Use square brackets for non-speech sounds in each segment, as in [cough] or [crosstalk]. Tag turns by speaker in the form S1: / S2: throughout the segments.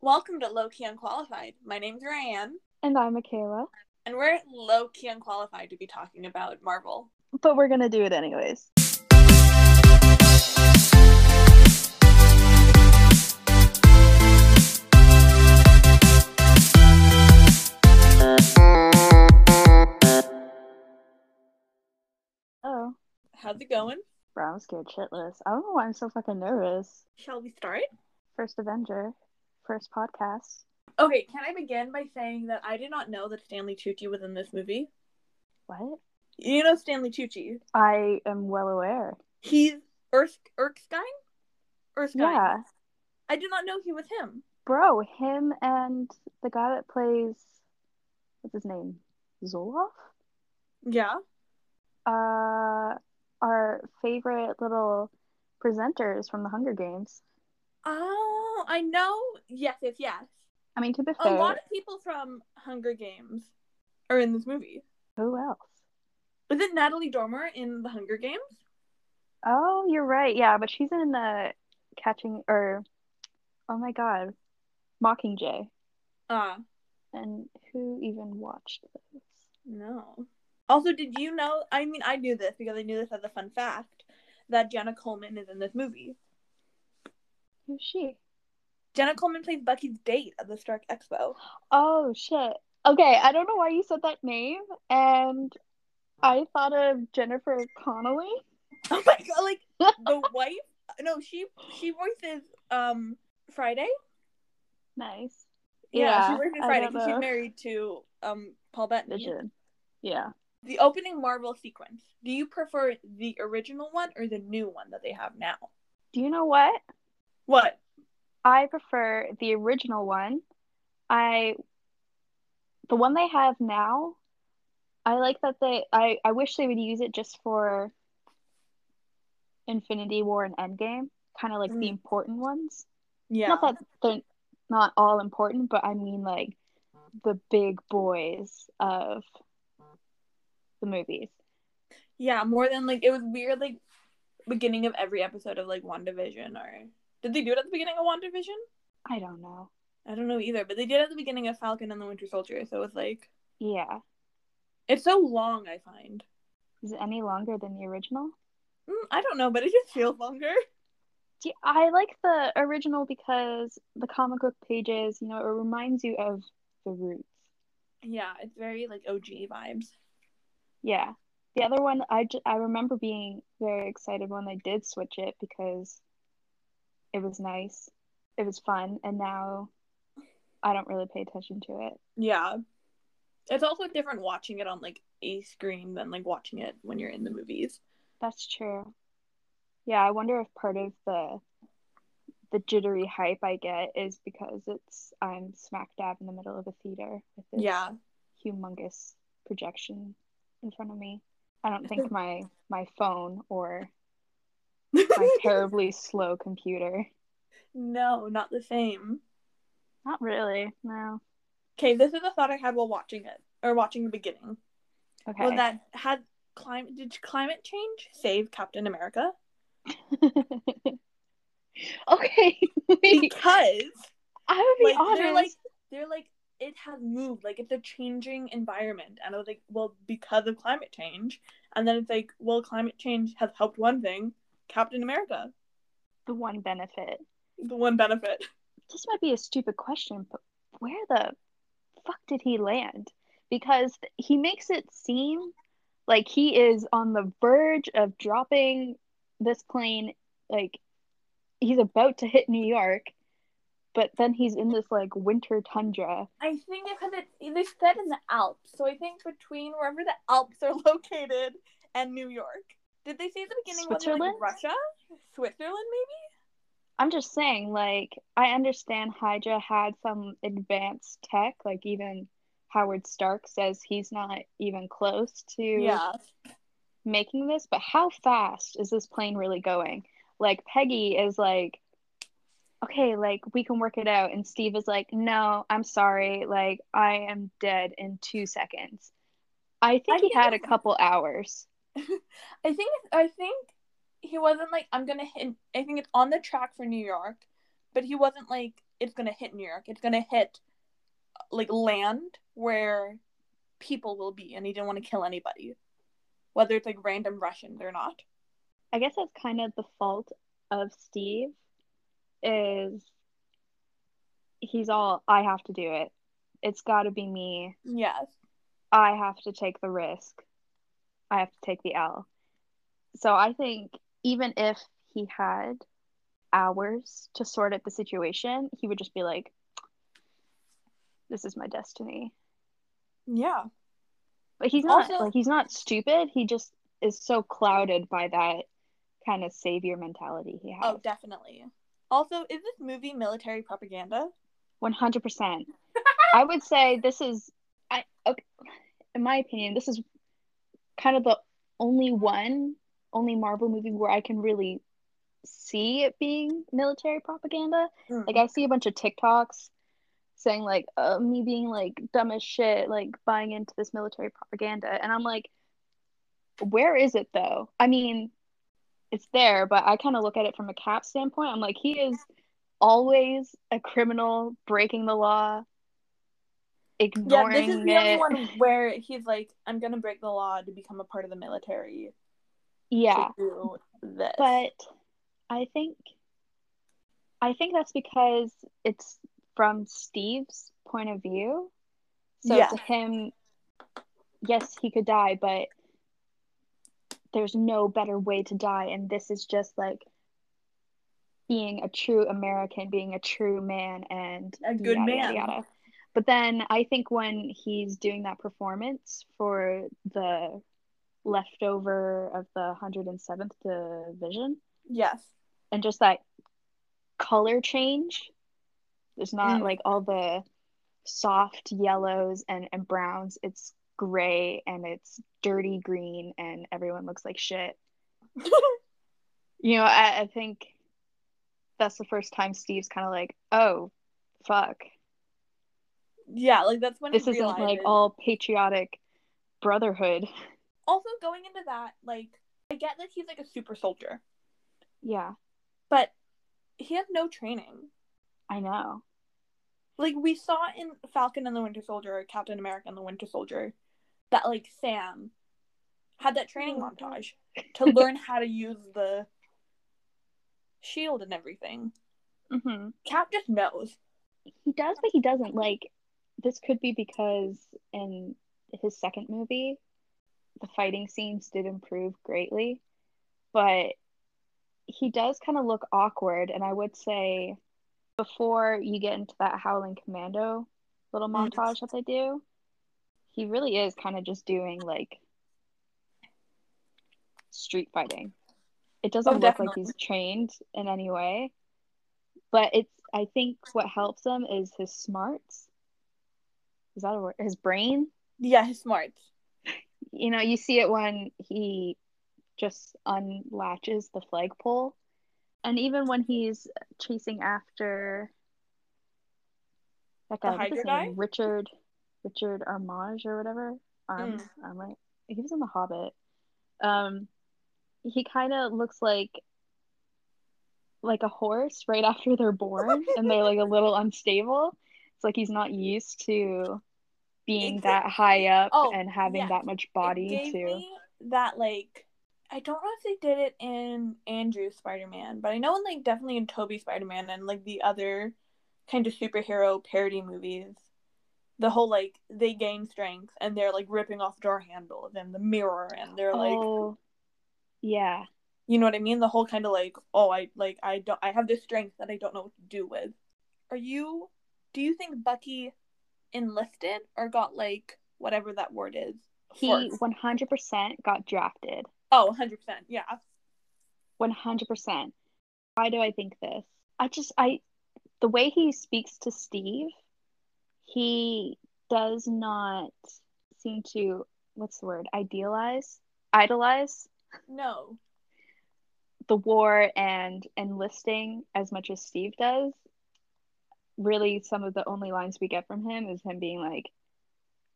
S1: Welcome to Low Key Unqualified. My name's Ryan,
S2: And I'm Michaela.
S1: and we're low key unqualified to be talking about Marvel.
S2: But we're gonna do it anyways. Oh,
S1: How's it going?
S2: bro, I'm scared shitless. I don't know why I'm so fucking nervous.
S1: Shall we start?
S2: First Avenger, first podcast.
S1: Okay, can I begin by saying that I did not know that Stanley Tucci was in this movie?
S2: What?
S1: You know Stanley Tucci.
S2: I am well aware.
S1: He's Ersk Erskine? Erskine.
S2: Yeah.
S1: I did not know he was him.
S2: bro, him and the guy that plays what's his name? Zoloff?
S1: Yeah.
S2: Uh our favorite little presenters from the Hunger Games.
S1: Oh, I know. Yes, yes, yes.
S2: I mean to be
S1: A lot
S2: fair,
S1: of people from Hunger Games are in this movie.
S2: who else?
S1: Was it Natalie Dormer in the Hunger Games?
S2: Oh, you're right. Yeah, but she's in uh catching or oh my god, Mockingjay.
S1: Ah,
S2: And who even watched this?
S1: No. Also, did you know? I mean, I knew this because I knew this as a fun fact that Jenna Coleman is in this movie.
S2: Who's she?
S1: Jenna Coleman plays Bucky's date at the Stark Expo. [laughs]
S2: Oh shit. Okay, I don't know why you said that name, and I thought of Jennifer Connolly.
S1: Oh my god! Like
S2: [laughs]
S1: the wife? No, she she voices um Friday.
S2: Nice.
S1: she
S2: Yeah,
S1: voices
S2: I
S1: Friday
S2: don't
S1: because she's
S2: know.
S1: married to um Paul Bettany.
S2: Vision. Yeah.
S1: The opening Marvel sequence. Do you prefer the original one or the new one that they have now?
S2: Do you know what?
S1: What?
S2: I prefer the original one. I the one they have now, I like that they I, I wish they would use it just for Infinity War and Endgame, kind of like the
S1: Mm.
S2: important ones.
S1: Yeah.
S2: Not that they're not all important, but I mean like the big boys of the movies.
S1: Yeah, more than like it was weird like beginning of every episode of like WandaVision or did they do it at the beginning of WandaVision?
S2: I don't know.
S1: I don't know either, but they did it at the beginning of Falcon and the Winter Soldier, so it's like
S2: Yeah.
S1: it's so long I find.
S2: Is it any longer than the original?
S1: Mm, I don't know, but it just feels longer.
S2: Do- I like the original because the comic book pages, you know, it reminds you of the roots.
S1: Yeah, it's very like OG vibes.
S2: Yeah. The other one, I, ju- I remember being very excited when they did switch it because it was nice, it was fun, and now I don't really pay attention to it.
S1: Yeah. It's also different watching it on like a screen than like watching it when you're in the movies.
S2: That's true. Yeah, I wonder if part of the the jittery hype I get is because it's I'm smack dab in the middle of a theater with this
S1: Yeah.
S2: humongous projection in front of me. I don't think my my phone or
S1: [laughs]
S2: my terribly slow computer.
S1: no, not the same.
S2: Not really. No.
S1: Okay, this is a thought I had while watching it or watching the beginning.
S2: Okay.
S1: Well, that had climate. Did climate change save Captain America?
S2: [laughs] okay. [laughs] wait.
S1: Because
S2: I would be
S1: like they're
S2: honest.
S1: like they're like it has moved. Like it's a changing environment, and I was like, well, because of climate change. And then it's like, well, climate change has helped one thing, Captain America,
S2: the one benefit.
S1: the one benefit.
S2: This might be a stupid question, but where the fuck did he land? Because he makes it seem like he is on the verge of dropping this plane, like he's about to hit New York, but then he's in this like winter tundra.
S1: I think because it's they said in the Alps, so I think between wherever the Alps are [laughs] located and New York. Did they say at the beginning whether, like,
S2: Switzerland?
S1: Russia, Switzerland, maybe?
S2: I'm just saying, like, I understand Hydra had some advanced tech, like, even Howard Stark says he's not even close to making this, but how fast is this plane really going? Like Peggy is like, okay, like we can work it out. And Steve is like, no, I'm sorry. Like I am dead in two seconds. I think he
S1: think
S2: had a
S1: it's-
S2: couple hours.
S1: I think it's- I think he wasn't like I'm gonna hit. I think it's on the track for New York, but he wasn't like it's gonna hit New York. It's gonna hit like land where people will be, and he didn't want to kill anybody, whether it's like random Russians or not.
S2: I guess that's kind of the fault of Steve is he's all I have to do it. It's got to be me.
S1: Yes.
S2: I have to take the risk. I have to take the L. So I think even if he had hours to sort out the situation, he would just be like, this is my destiny.
S1: Yeah.
S2: But he's not also, like he's not stupid. He just is so clouded by that kind of savior mentality he has.
S1: Oh, definitely. Also, is this movie military propaganda?
S2: 100%. I would say this is I okay, in my opinion, this is kind of the only one, only Marvel movie where I can really see it being military propaganda. Mm. Like I see a bunch of TikToks saying like uh, me being like dumb as shit, like buying into this military propaganda, and I'm like, where is it though? I mean, it's there, but I kind of look at it from a cap standpoint. I'm like, he is always a criminal breaking the law. Ignoring
S1: yeah, this is the
S2: it.
S1: only
S2: [laughs]
S1: one where he's like, "I'm gonna break the law to become a part of the military."
S2: Yeah,
S1: do this.
S2: but I think I think that's because it's from Steve's point of view. So
S1: Yeah.
S2: to him, yes, he could die, but there's no better way to die, and this is just like being a true American, being a true man, and
S1: A good
S2: yada,
S1: man.
S2: Yada, yada. But then I think when he's doing that performance for the leftover of the 107th Division, [laughs]
S1: Yes.
S2: and just that color change. There's not
S1: Mm.
S2: like all the soft yellows and, and browns. It's gray and it's dirty green, and everyone looks like shit. You know, I, I think that's the first time Steve's kind of like, oh, fuck.
S1: Yeah, like that's when
S2: This
S1: he
S2: isn't like
S1: realizes-
S2: all patriotic brotherhood.
S1: Also, going into that, like I get that he's like a super soldier,
S2: Yeah,
S1: but he has no training.
S2: I know.
S1: Like we saw in Falcon and the Winter Soldier, or Captain America and the Winter Soldier, that like Sam had that training
S2: Oh, God.
S1: montage to learn how to use the shield and everything.
S2: Mm-hmm.
S1: Cap just knows.
S2: He does, but he doesn't. Like, this could be because in his second movie, the fighting scenes did improve greatly, but he does kind of look awkward. And I would say, before you get into that Howling Commando little
S1: Mm.
S2: montage that they do, he really is kind of just doing like street fighting. It doesn't
S1: Oh,
S2: look like
S1: definitely.
S2: he's trained in any way, but it's, I think, what helps him is his smarts is that a word? His brain.
S1: Yeah, he's smart.
S2: You know, you see it when he just unlatches the flagpole, and even when he's chasing after that
S1: The
S2: guy, what's his
S1: Hydra
S2: name?
S1: guy?
S2: Richard, Richard Armage or whatever. Arms,
S1: Hmm.
S2: Armlet. He was in The Hobbit. Um, he kind of looks like like a horse right after they're born, and they're like
S1: [laughs]
S2: a little unstable. It's like he's not used to being that
S1: Exactly.
S2: high up
S1: Oh,
S2: and having
S1: yeah.
S2: that much
S1: It
S2: body
S1: gave
S2: to.
S1: me that like I don't know if they did it in Andrew's Spider Man, but I know in like definitely in Toby Spider Man and like the other kind of superhero parody movies. The whole like they gain strength and they're like ripping off door handles and the mirror and they're like
S2: oh, yeah,
S1: you know what I mean? The whole kind of like, oh I like I don't I have this strength that I don't know what to do with. Are you do you think Bucky enlisted or got like whatever that word is?
S2: he
S1: forced?
S2: one hundred percent got drafted.
S1: Oh, 100%. Yeah.
S2: One hundred percent. Why do I think this? I just I the way he speaks to Steve, he does not seem to what's the word idealize idolize
S1: No.
S2: the war and enlisting as much as Steve does. Really, some of the only lines we get from him is him being like,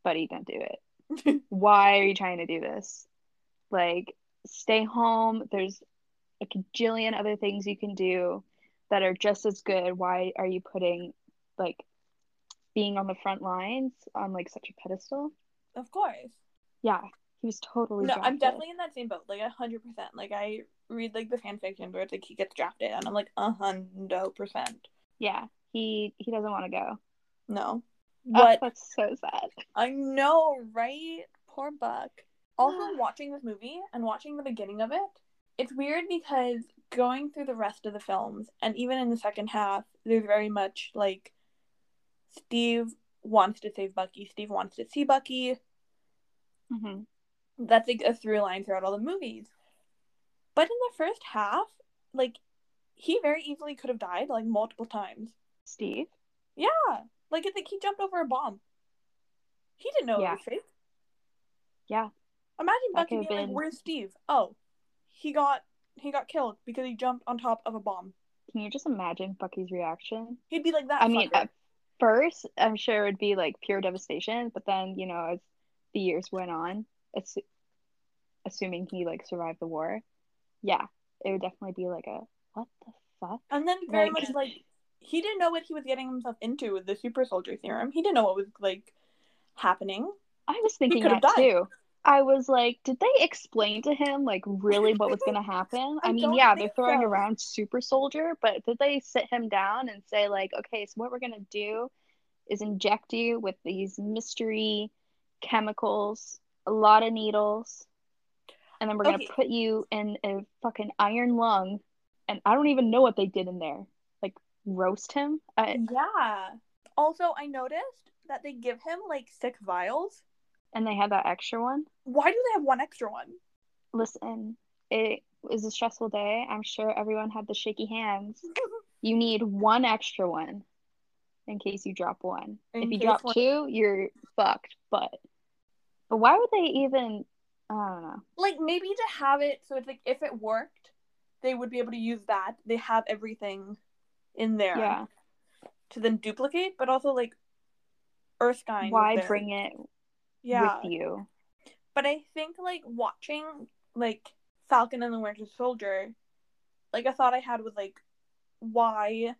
S2: "Buddy, don't do it."
S1: [laughs]
S2: why are you trying to do this? Like, stay home. There's a cajillion other things you can do that are just as good. Why are you putting like being on the front lines on like such a pedestal.
S1: Of course.
S2: Yeah, he was totally.
S1: No, I'm definitely in that same boat. Like hundred percent. Like I read like the fan fiction where it's like he gets drafted, and I'm like hundred percent.
S2: Yeah, he he doesn't want to go.
S1: No. What
S2: But [laughs] that's so sad.
S1: I know, right? Poor Buck. Also, watching this movie and watching the beginning of it, it's weird because going through the rest of the films, and even in the second half, there's very much like Steve wants to save Bucky, Steve wants to see Bucky.
S2: hmm
S1: That's like a through line throughout all the movies. But in the first half, like, he very easily could have died, like, multiple times.
S2: Steve.
S1: Yeah. Like, it's like he jumped over a bomb. He didn't know
S2: Yeah.
S1: it was fake.
S2: Yeah.
S1: Imagine
S2: That
S1: Bucky being
S2: could've
S1: like,
S2: been-
S1: "Where's Steve? Oh, he got he got killed because he jumped on top of a bomb."
S2: Can you just imagine Bucky's reaction?
S1: He'd be like that.
S2: I mean, uh,
S1: fucker.
S2: at first, I'm sure it would be like pure devastation, but then, you know, as the years went on, assu- assuming he like survived the war, yeah, it would definitely be like a what the fuck?
S1: and then very
S2: like- uh,
S1: much like he didn't know what he was getting himself into with the super soldier serum. He didn't know what was like happening.
S2: I was thinking
S1: could've
S2: that
S1: died.
S2: too. I was like, did they explain to him like really what was gonna happen?
S1: [laughs]
S2: I,
S1: I
S2: mean,
S1: don't
S2: yeah, they're
S1: think
S2: throwing
S1: so.
S2: around super soldier, but did they sit him down and say like, okay, so what we're gonna do is inject you with these mystery chemicals, a lot of needles, and then we're gonna
S1: Okay.
S2: put you in a fucking iron lung, and I don't even know what they did in there, like roast him. I,
S1: Yeah. Also, I noticed that they give him like six vials.
S2: and they had that extra one.
S1: Why do they have one extra one? [laughs]
S2: listen, it was a stressful day. I'm sure everyone had the shaky hands. You need one extra one in case you drop one.
S1: In
S2: if you
S1: case
S2: drop
S1: one-
S2: two, you're fucked. But but why would they even? I don't know.
S1: like maybe to have it so it's like if it worked, they would be able to use that. They have everything in there.
S2: Yeah.
S1: to then duplicate, but also like Erskine. was
S2: Why
S1: there.
S2: bring it
S1: Yeah,
S2: with you?
S1: but I think like watching like Falcon and the Winter Soldier, like a thought I had was like, why?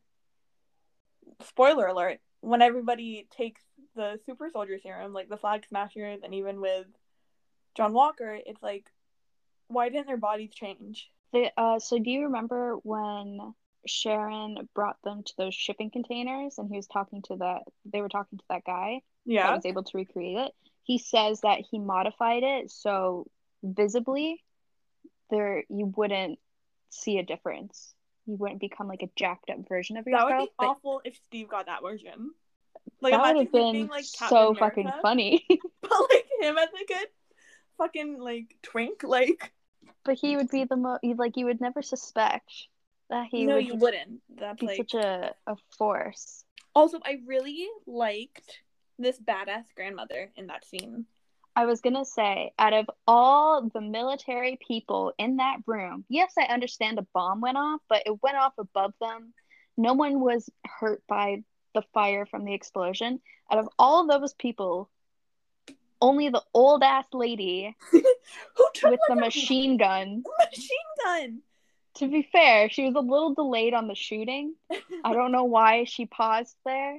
S1: Spoiler alert: When everybody takes the Super Soldier Serum, like the Flag Smashers, and even with John Walker, it's like, why didn't their bodies change?
S2: The, uh, so do you remember when Sharon brought them to those shipping containers and he was talking to that? They were talking to that guy. that was able to recreate it. He says that he modified it so visibly there you wouldn't see a difference. You wouldn't become like a jacked up version of
S1: that
S2: yourself.
S1: would be
S2: but
S1: awful if Steve got that version. Like
S2: that
S1: imagine
S2: would have
S1: him
S2: been
S1: being like Captain
S2: so
S1: America.
S2: fucking
S1: [laughs]
S2: funny. [laughs]
S1: but like him as like a fucking like twink, like
S2: but he would be the most like you would never suspect that he
S1: no,
S2: would
S1: you wouldn't. That's
S2: be
S1: like
S2: such a, a force.
S1: also I really liked this badass grandmother in that scene. [laughs]
S2: I was gonna say, out of all the military people in that room, yes, I understand a bomb went off, but it went off above them. No one was hurt by the fire from the explosion. Out of all of those people, only the old ass lady
S1: Who took
S2: with the
S1: like, a
S2: machine gun.
S1: [laughs] machine gun?
S2: To be fair, she was a little delayed on the shooting.
S1: [laughs]
S2: I don't know why she paused there.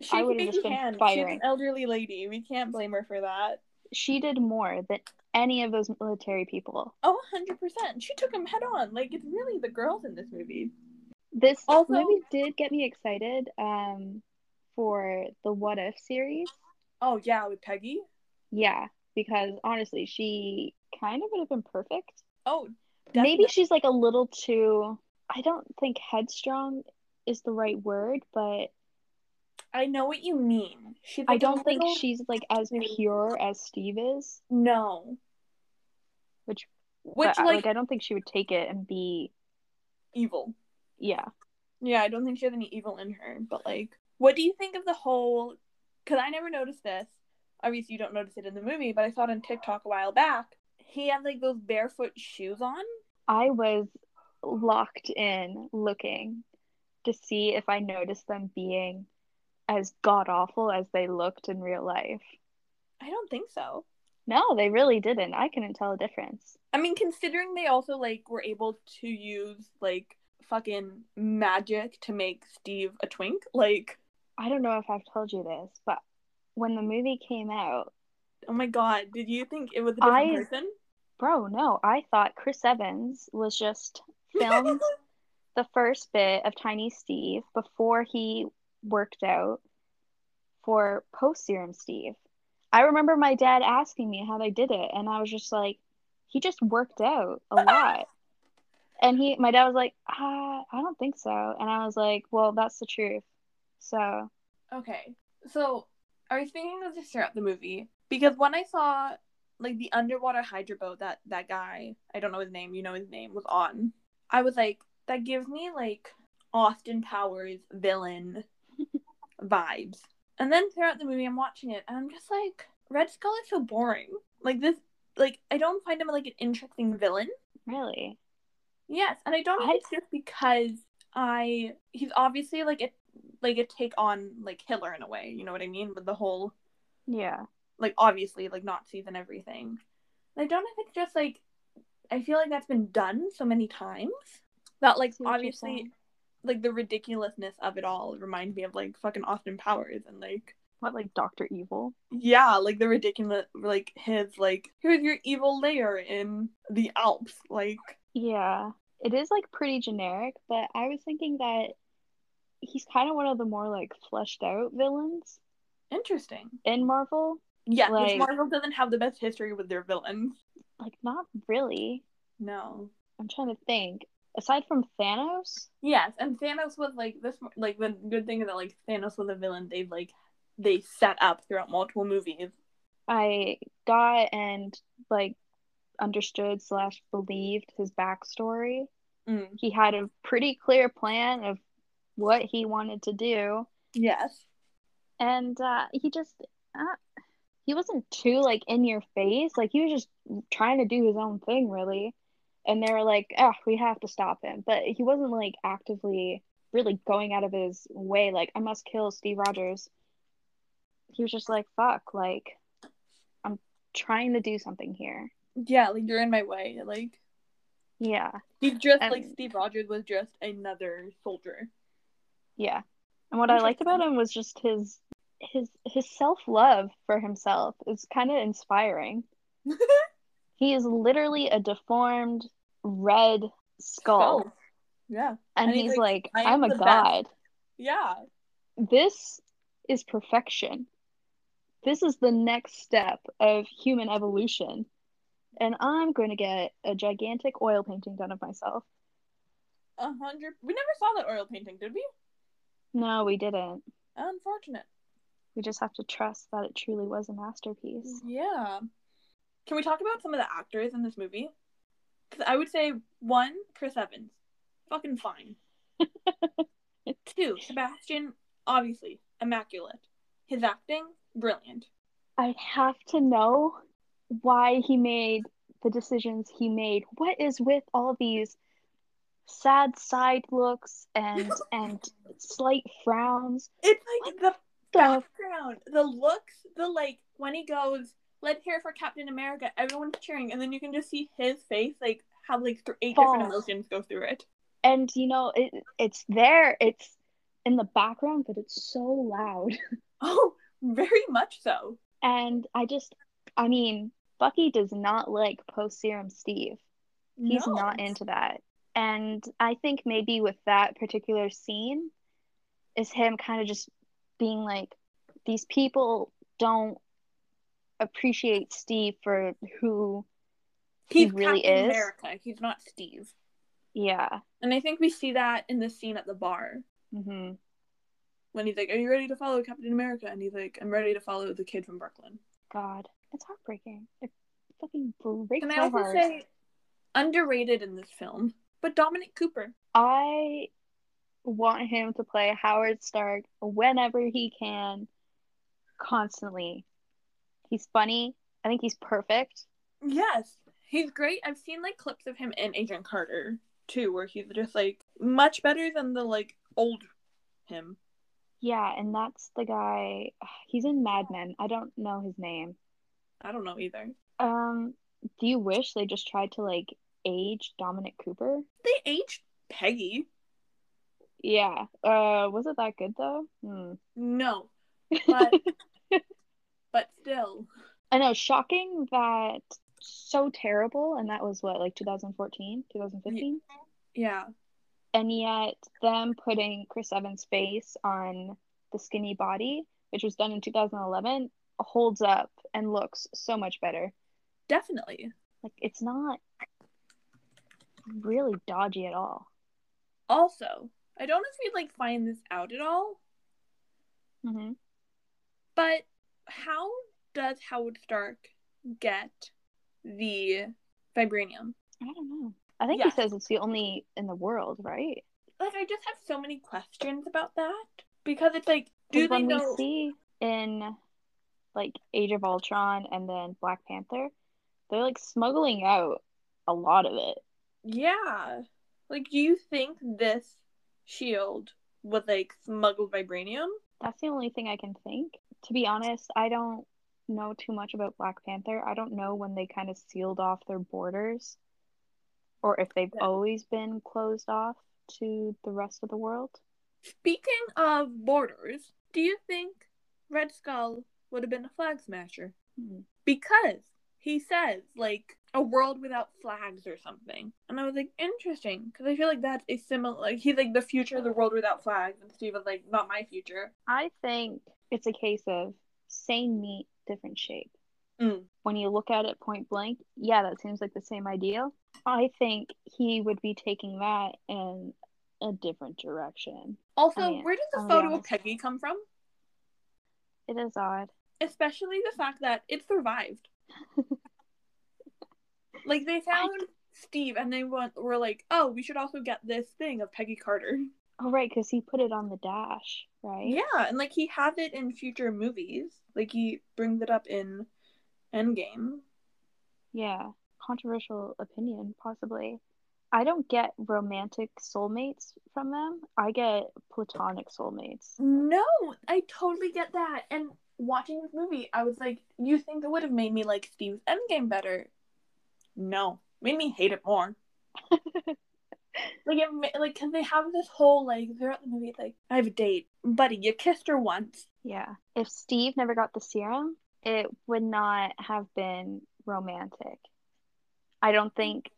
S1: She
S2: would've
S1: can
S2: just been
S1: hand. She's an
S2: firing.
S1: elderly lady. We can't blame her for that.
S2: She did more than any of those military people.
S1: Oh, 100%. She took him head on. Like, it's really the girls in this movie.
S2: This
S1: Also-
S2: movie did get me excited um, for the What If series.
S1: Oh, yeah, with Peggy.
S2: Yeah, because honestly, she kind of would have been perfect.
S1: Oh,
S2: Maybe she's like a little too, I don't think headstrong is the right word, but
S1: I know what you mean. She's
S2: I
S1: like, a
S2: don't think
S1: little-
S2: she's like as pure as Steve is,
S1: No.
S2: Which-
S1: Which,
S2: but, uh,
S1: like,
S2: I don't think she would take it and be,
S1: evil.
S2: yeah.
S1: Yeah, I don't think she has any evil in her, but like, what do you think of the whole? Because I never noticed this. Obviously, you don't notice it in the movie, but I saw it on TikTok a while back. He had like those barefoot shoes on.
S2: I was locked in looking to see if I noticed them being as god awful as they looked in real life.
S1: I don't think so.
S2: No, they really didn't. I couldn't tell a difference.
S1: I mean, considering they also like were able to use like fucking magic to make Steve a twink, like
S2: I don't know if I've told you this, but when the movie came out,
S1: Oh my god, did you think it was a different
S2: I-
S1: person?
S2: bro, no, I thought Chris Evans was just filmed the first bit of Tiny Steve before he worked out for post serum Steve. I remember my dad asking me how they did it, and I was just like, he just worked out [laughs] a lot. and he, my dad was like, ah, I don't think so. And I was like, well, that's the truth. So,
S1: Okay. So I was thinking of this throughout the movie because when I saw like the underwater hydro boat that that guy I don't know his name you know his name was on I was like that gives me like Austin Powers villain vibes and then throughout the movie I'm watching it and I'm just like Red Skull is so boring like this like I don't find him like an interesting villain
S2: really,
S1: Yes, and I don't
S2: I-
S1: think it's just because I he's obviously like a like a take on like Hitler in a way, you know what I mean? With the whole
S2: yeah.
S1: like obviously like Nazis and everything. And I don't know if it's just like I feel like that's been done so many times that like
S2: See what you're
S1: obviously
S2: saying.
S1: like the ridiculousness of it all reminds me of like fucking Austin Powers and like
S2: What, like Dr. Evil?
S1: yeah, like the ridiculous like his like here's your evil layer in the Alps like
S2: Yeah, it is like pretty generic, but I was thinking that he's kind of one of the more like fleshed out villains
S1: interesting.
S2: in Marvel.
S1: Yeah,
S2: Like-
S1: which Marvel doesn't have the best history with their villains.
S2: Like, not really.
S1: No.
S2: I'm trying to think. Aside from Thanos,
S1: Yes, and Thanos was like this. Like the good thing is that like Thanos was a villain. They like they set up throughout multiple movies.
S2: I got and like understood slash believed his backstory.
S1: Mm.
S2: He had a pretty clear plan of what he wanted to do,
S1: Yes.
S2: and uh, he just uh, he wasn't too like in your face. Like he was just trying to do his own thing, really. And they were like, "Oh, we have to stop him," but he wasn't like actively really going out of his way. Like, I must kill Steve Rogers. He was just like, "Fuck!" Like, I'm trying to do something here.
S1: Yeah, like you're in my way. Like
S2: Yeah,
S1: he's just like
S2: And-
S1: Steve Rogers was just another [laughs] soldier.
S2: yeah. And what I liked about him was just his his his self love for himself is kind of inspiring. He is literally a deformed red skull,
S1: Oh. Yeah.
S2: and,
S1: And he's
S2: he's, like,
S1: "I am
S2: "I'm a
S1: the best."
S2: god.
S1: Yeah.
S2: This is perfection. This is the next step of human evolution, and I'm going to get a gigantic oil painting done of myself."
S1: A hundred. We never saw that oil painting, did we?
S2: No, we didn't.
S1: Unfortunate.
S2: We just have to trust that it truly was a masterpiece.
S1: Yeah. Can we talk about some of the actors in this movie? 'Cause I would say one, Chris Evans, fucking
S2: [laughs]
S1: fine. Two, Sebastian, obviously immaculate. His acting, brilliant.
S2: I have to know why he made the decisions he made. What is with all these sad side looks and and slight frowns?
S1: It's like the
S2: The
S1: background, the looks, the like when he goes, "Let's hear for Captain America," everyone's cheering, and then you can just see his face like have like th- eight different
S2: False.
S1: emotions go through it. [laughs]
S2: and you know it it's there. It's in the background, but it's so loud.
S1: Oh, very much so.
S2: And I just, I mean, Bucky does not like post serum Steve. he's
S1: No.
S2: not into that and i think maybe with that particular scene is him kind of just being like these people don't appreciate steve for who
S1: He's
S2: he really
S1: Captain
S2: is.
S1: America. He's not Steve.
S2: yeah
S1: And I think we see that in the scene at the bar
S2: hmm
S1: when he's like, Are you ready to follow Captain America? And he's like, I'm ready to follow the kid from Brooklyn.
S2: god it's heartbreaking it fucking breaks
S1: Can
S2: my
S1: I also
S2: heart
S1: say, underrated in this film, but Dominic Cooper.
S2: i want him to play howard stark whenever he can constantly he's funny i think he's perfect
S1: Yes, he's great. I've seen like clips of him in Agent Carter too, where he's just like much better than the like old him.
S2: Yeah, and that's the guy. [sighs] He's in Mad Men. I don't know his name.
S1: I don't know either.
S2: Um, do you wish they just tried to like age Dominic Cooper?
S1: They aged Peggy.
S2: Yeah. Uh, was it that good though? Hmm.
S1: No,
S2: [laughs]
S1: but but still,
S2: I know, shocking that so terrible, and that was what like 2014, 2015,
S1: yeah,
S2: and yet them putting Chris Evans' face on the skinny body, which was done in 2011, holds up and looks so much better.
S1: definitely.
S2: Like it's not really dodgy at all.
S1: Also, I don't know if you'd like find this out at all,
S2: Mm-hmm.
S1: but how does Howard Stark get the vibranium?
S2: I don't know. I think he
S1: Yeah.
S2: says it's the only in the world, right?
S1: Like, I just have so many questions about that because it's like, do
S2: Because
S1: they
S2: when
S1: know?
S2: we see in like Age of Ultron and then Black Panther, they're like smuggling out a lot of it.
S1: Yeah, like, do you think this shield was like smuggled vibranium?
S2: That's the only thing I can think. To be honest, I don't know too much about Black Panther. I don't know when they kind of sealed off their borders or if they've
S1: Yeah.
S2: always been closed off to the rest of the world.
S1: Speaking of borders, do you think Red Skull would have been a flag smasher?
S2: Hmm.
S1: Because he says, like, a world without flags or something. And I was like, interesting. Because I feel like that's a similar, like, he's like, the future of the world without flags. And Steve was like, not my future.
S2: I think it's a case of same meat, different shape.
S1: Mm.
S2: When you look at it point blank, yeah, that seems like the same idea. I think he would be taking that in a different direction.
S1: Also,
S2: Oh, yeah.
S1: where did the
S2: I'll be
S1: photo of
S2: honest.
S1: Peggy come from?
S2: It is odd.
S1: Especially the fact that it
S2: [laughs]
S1: survived. like, they found Steve and they went, were like, oh, we should also get this thing of Peggy Carter.
S2: Oh, right, because he put it on the dash, right?
S1: Yeah, and like he had it in future movies. Like he brings it up in Endgame.
S2: Yeah, controversial opinion, possibly. I don't get romantic soulmates from them. I get platonic soulmates. [laughs]
S1: No, I totally get that. And watching this movie, I was like, you think it would have made me like Steve's Endgame better? No, made me hate it more. Like it, ma- like because they have this whole like throughout the movie, it's like I have a date, buddy. You kissed her once.
S2: Yeah. If Steve never got the serum, it would not have been romantic. I don't think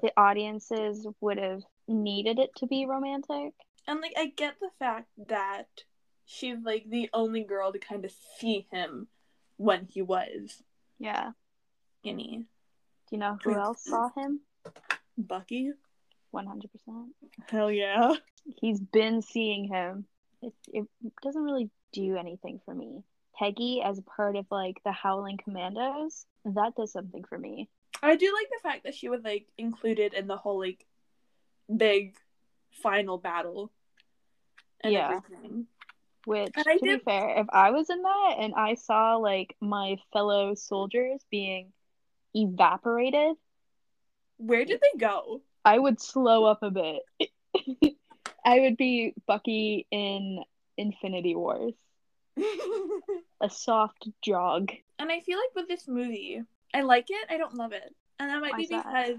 S2: the audiences would have needed it to be romantic.
S1: And like I get the fact that she's like the only girl to kind of see him when he was
S2: Yeah. Do
S1: skinny.
S2: you know who else saw him?
S1: Bucky.
S2: 100%.
S1: Hell yeah.
S2: He's been seeing him. It, it doesn't really do anything for me. Peggy, as part of like the Howling Commandos, that does something for me.
S1: I do like the fact that she was like included in the whole like big final battle and
S2: Yeah.
S1: everything.
S2: Which,
S1: And I
S2: to be
S1: did-
S2: fair, if I was in that and I saw like my fellow soldiers being evaporated,
S1: Where did they
S2: [laughs]
S1: go?
S2: I would slow up a bit. [laughs] I would be Bucky in Infinity Wars,
S1: and
S2: a soft jog.
S1: I feel like with this movie, I like it, I don't love it. And that might
S2: Why's
S1: be
S2: that?
S1: because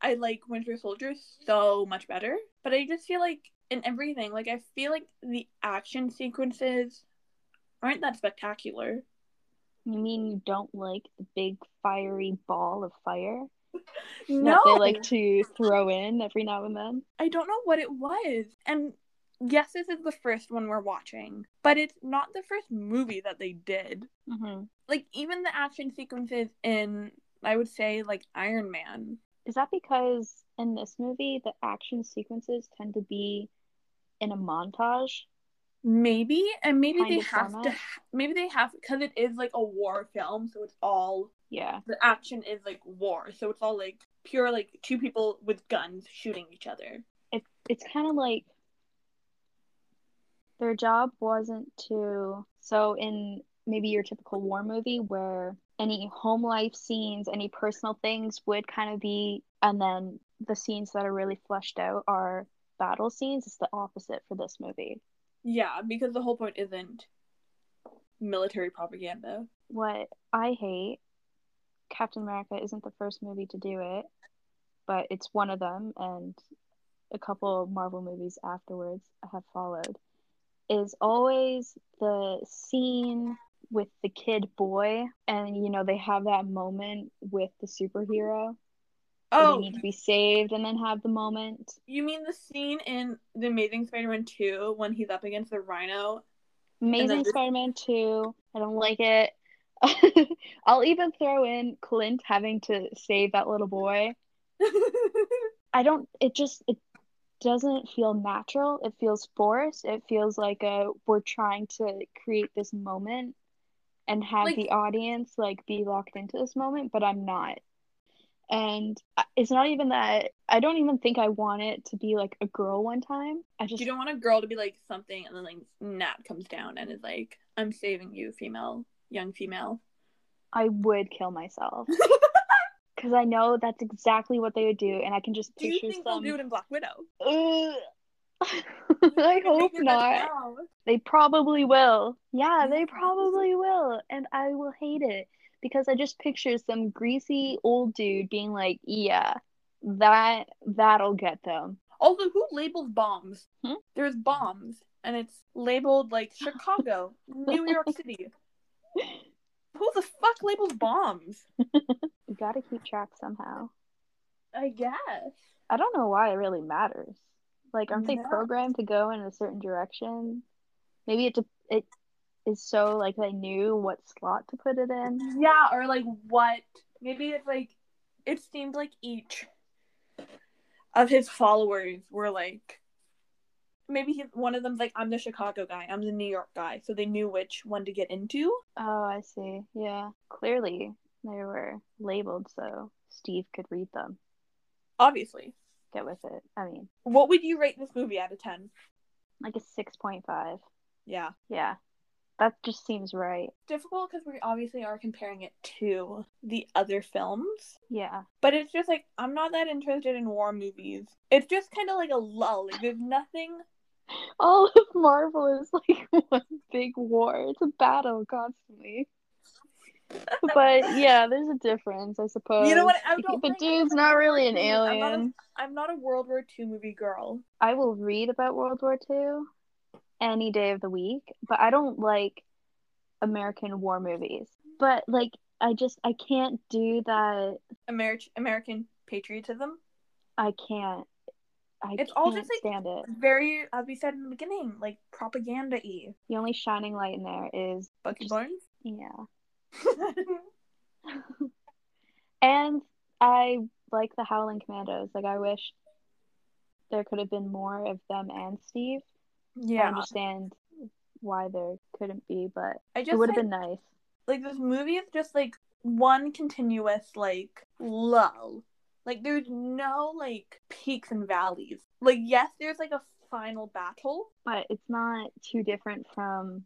S1: I like Winter Soldier so much better. But I just feel like in everything, like I feel like the action sequences aren't that spectacular.
S2: You mean you don't like the big fiery ball of fire
S1: No,
S2: that they like to throw in every now and then?
S1: I don't know what it was. And yes, this is the first one we're watching, but it's not the first movie that they did.
S2: Mm-hmm.
S1: Like, even the action sequences in, I would say, like Iron Man.
S2: Is that because in this movie the action sequences tend to be in a montage?
S1: Maybe and maybe
S2: Kind
S1: they
S2: of
S1: have to.
S2: format.
S1: ha- Maybe they have because it is like a war film, so it's all
S2: Yeah.
S1: the action is like war, so it's all like pure like two people with guns shooting each other.
S2: it, it's kind of like their job wasn't to so in maybe your typical war movie where any home life scenes any personal things would kind of be and then the scenes that are really fleshed out are battle scenes it's the opposite for this movie
S1: Yeah, because the whole point isn't military propaganda.
S2: what i hate captain america isn't the first movie to do it but it's one of them and a couple Marvel movies afterwards have followed is always the scene with the kid boy and you know they have that moment with the superhero oh they need to be saved and then have the moment
S1: you mean the scene in the amazing spider-man 2 when he's up against the [laughs] rhino
S2: amazing this- spider-man 2 i don't like it [laughs] i'll even throw in clint having to save that little boy i don't it just it doesn't feel natural it feels forced it feels like a we're trying to create this moment and have like, the audience like be locked into this moment but i'm not and it's not even that i don't even think i want it to be like a girl one time i just
S1: you don't want a girl to be like something and then like nat comes down and is like i'm saving you female young female
S2: i would
S1: [laughs]
S2: kill myself because i know that's exactly what they would do and i can just
S1: do you think them... they'll do it in black widow
S2: [laughs] I hope not. They probably will. Yeah, they probably will. And I will hate it because I just picture some greasy old dude being like, yeah, that that'll get them.
S1: Also, who labels bombs? Hmm? There's bombs and it's labeled like Chicago,
S2: [laughs]
S1: New York City. Who the fuck labels bombs?
S2: you gotta keep track somehow.
S1: I guess.
S2: I don't know why it really matters. Like, aren't they programmed to go in a certain direction? Maybe it de- it is so like they knew what slot to put it in.
S1: Yeah, or like what? Maybe it's like it seemed like each of his followers were like maybe he, one of them's like I'm the Chicago guy, I'm the New York guy, so they knew which one to get into.
S2: Oh, I see. Yeah, clearly they were labeled so Steve could read them.
S1: Obviously
S2: get with it. I mean,
S1: what would you rate this movie out of 10?
S2: Like a 6.5.
S1: Yeah.
S2: Yeah. That just seems right.
S1: Difficult because we obviously are comparing it to the other films.
S2: Yeah. [laughs]
S1: But it's just like, I'm not that interested in war movies. It's just kind of like a lull. Like, there's nothing.
S2: All of Marvel is like [laughs] one big war, it's a battle constantly. but yeah, there's a difference, I suppose.
S1: You know what?
S2: the dude's not really an alien.
S1: I'm not, a, I'm not, a World War II movie girl.
S2: I will read about World War II any day of the week, but I don't like American war movies. But like, I just I can't do that.
S1: Amer- American patriotism.
S2: I can't. I it's can't all just like stand it.
S1: very, as we said in the beginning, like propaganda y.
S2: The only shining light in there is
S1: Bucky just, Barnes.
S2: Yeah. and I like the Howling Commandos. Like I wish there could have been more of them and Steve.
S1: [laughs] Yeah, I
S2: understand why there couldn't be, but I just it would have been nice.
S1: Like this movie is just like one continuous like lull. Like there's no like peaks and valleys. Like yes, there's like a final battle,
S2: but it's not too different from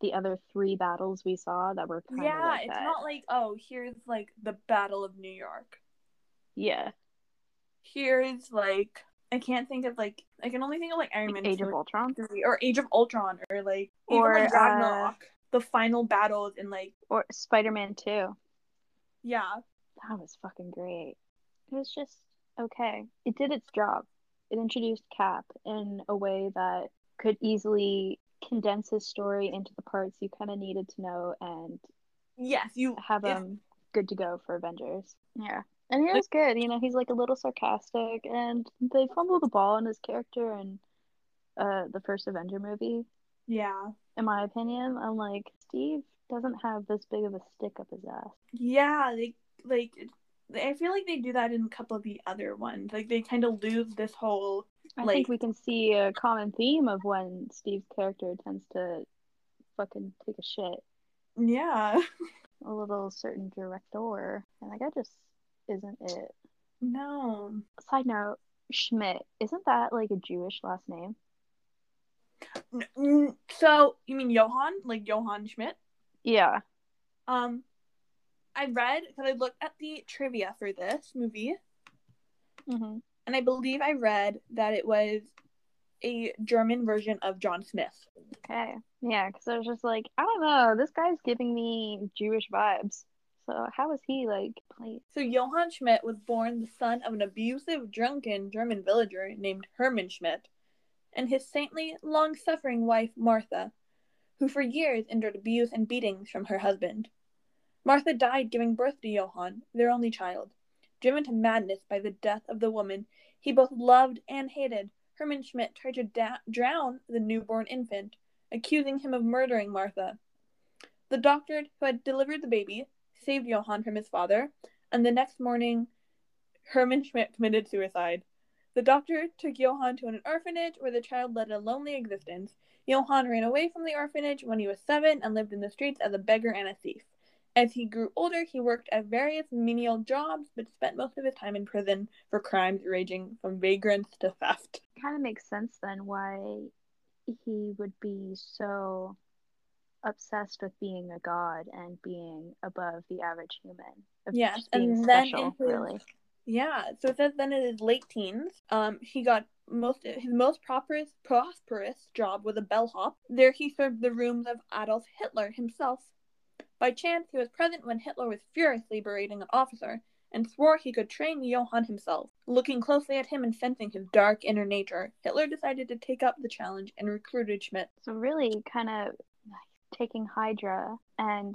S2: the other three battles we saw that were
S1: kind of yeah like it's that. not like oh here's like the battle of new york
S2: yeah
S1: here's like i can't think of like i can only think of like iron man
S2: age 3, of ultron
S1: or age of ultron or like or even, like, ragnarok uh, the final battles in like
S2: or spider-man 2
S1: yeah
S2: that was fucking great it was just okay it did its job it introduced cap in a way that could easily condense his story into the parts you kind of needed to know and
S1: yes you
S2: have him um, good to go for avengers yeah and he was good you know he's like a little sarcastic and they fumble the ball in his character and uh the first avenger movie
S1: yeah
S2: in my opinion i'm like steve doesn't have this big of a stick up his ass
S1: yeah they like i feel like they do that in a couple of the other ones like they kind of lose this whole
S2: I like, think we can see a common theme of when Steve's character tends to fucking take a shit.
S1: Yeah. [laughs]
S2: a little certain director. And like, that just isn't it.
S1: No.
S2: Side note Schmidt, isn't that like a Jewish last name?
S1: So, you mean Johann? Like Johann Schmidt?
S2: Yeah.
S1: Um, I read, because I looked at the trivia for this movie.
S2: Mm-hmm
S1: and I believe I read that it was a German version of John Smith.
S2: Okay. Yeah, because I was just like, I don't know, this guy's giving me Jewish vibes. So So how is he like playing?
S1: So Johann Schmidt was born the son of an abusive, drunken German villager named Hermann Schmidt and his saintly, long suffering wife Martha, who for years endured abuse and beatings from her husband. Martha died giving birth to Johann, their only child. Driven to madness by the death of the woman he both loved and hated, Hermann Schmidt tried to da- drown the newborn infant, accusing him of murdering Martha. The doctor who had delivered the baby saved Johann from his father, and the next morning, Hermann Schmidt committed suicide. The doctor took Johann to an orphanage where the child led a lonely existence. Johann ran away from the orphanage when he was seven and lived in the streets as a beggar and a thief. As he grew older, he worked at various menial jobs but spent most of his time in prison for crimes ranging from vagrants to theft.
S2: Kind of makes sense then why he would be so obsessed with being a god and being above the average human. Of
S1: Yes,
S2: just being
S1: and then
S2: special,
S1: in his-
S2: really.
S1: Yeah, so it says then in his late teens, um, he got most his most prosperous prosperous job was a bellhop. There he served the rooms of Adolf Hitler himself. By chance, he was present when Hitler was furiously berating an officer and swore he could train Johann himself. Looking closely at him and sensing his dark inner nature, Hitler decided to take up the challenge and recruited Schmidt.
S2: So really kind of taking Hydra and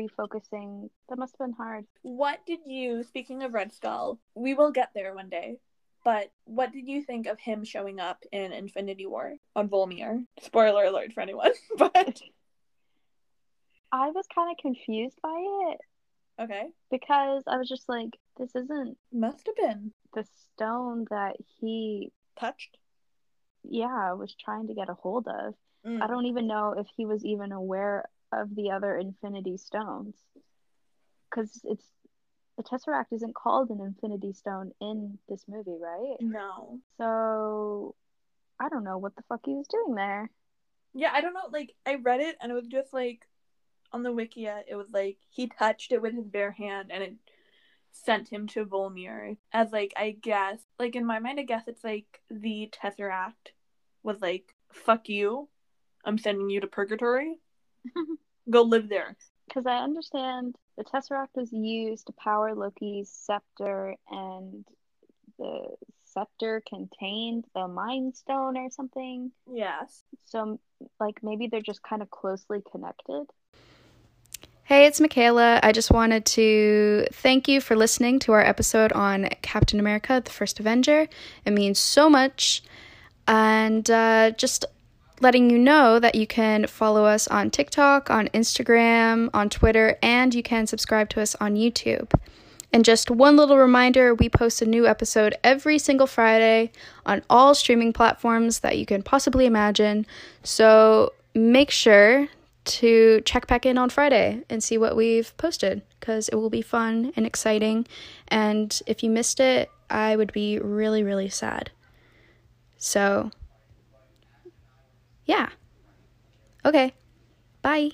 S2: refocusing that must have been hard.
S1: What did you, speaking of Red Skull, we will get there one day, but what did you think of him showing up in Infinity War on Volmir? Spoiler alert for anyone, [laughs] but
S2: I was kind of confused by it
S1: okay.
S2: because I was just like, this isn't
S1: Must have been
S2: the stone that he
S1: touched.
S2: yeah, was trying to get a hold of.
S1: Mm.
S2: I don't even know if he was even aware of the other Infinity Stones, because it's the Tesseract isn't called an Infinity Stone in this movie, right?
S1: Mm-hmm. No.
S2: So I don't know what the fuck he was doing there.
S1: Yeah, I don't know. Like, I read it and it was just like on the Wikia, it was like he touched it with his bare hand and it sent him to Volmir. As, like, I guess, like, in my mind, I guess it's like the Tesseract was like, fuck you. I'm sending you to purgatory. Go live there.
S2: Because I understand the Tesseract was used to power Loki's scepter, and the scepter contained the Mind Stone or something.
S1: Yes.
S2: So, like, maybe they're just kind of closely connected.
S3: Hey, it's Michaela. I just wanted to thank you for listening to our episode on Captain America, the First Avenger. It means so much. And uh, just letting you know that you can follow us on TikTok, on Instagram, on Twitter, and you can subscribe to us on YouTube. And just one little reminder we post a new episode every single Friday on all streaming platforms that you can possibly imagine. So make sure to check back in on Friday and see what we've posted because it will be fun and exciting. And if you missed it, I would be really, really sad. So, yeah. Okay. Bye.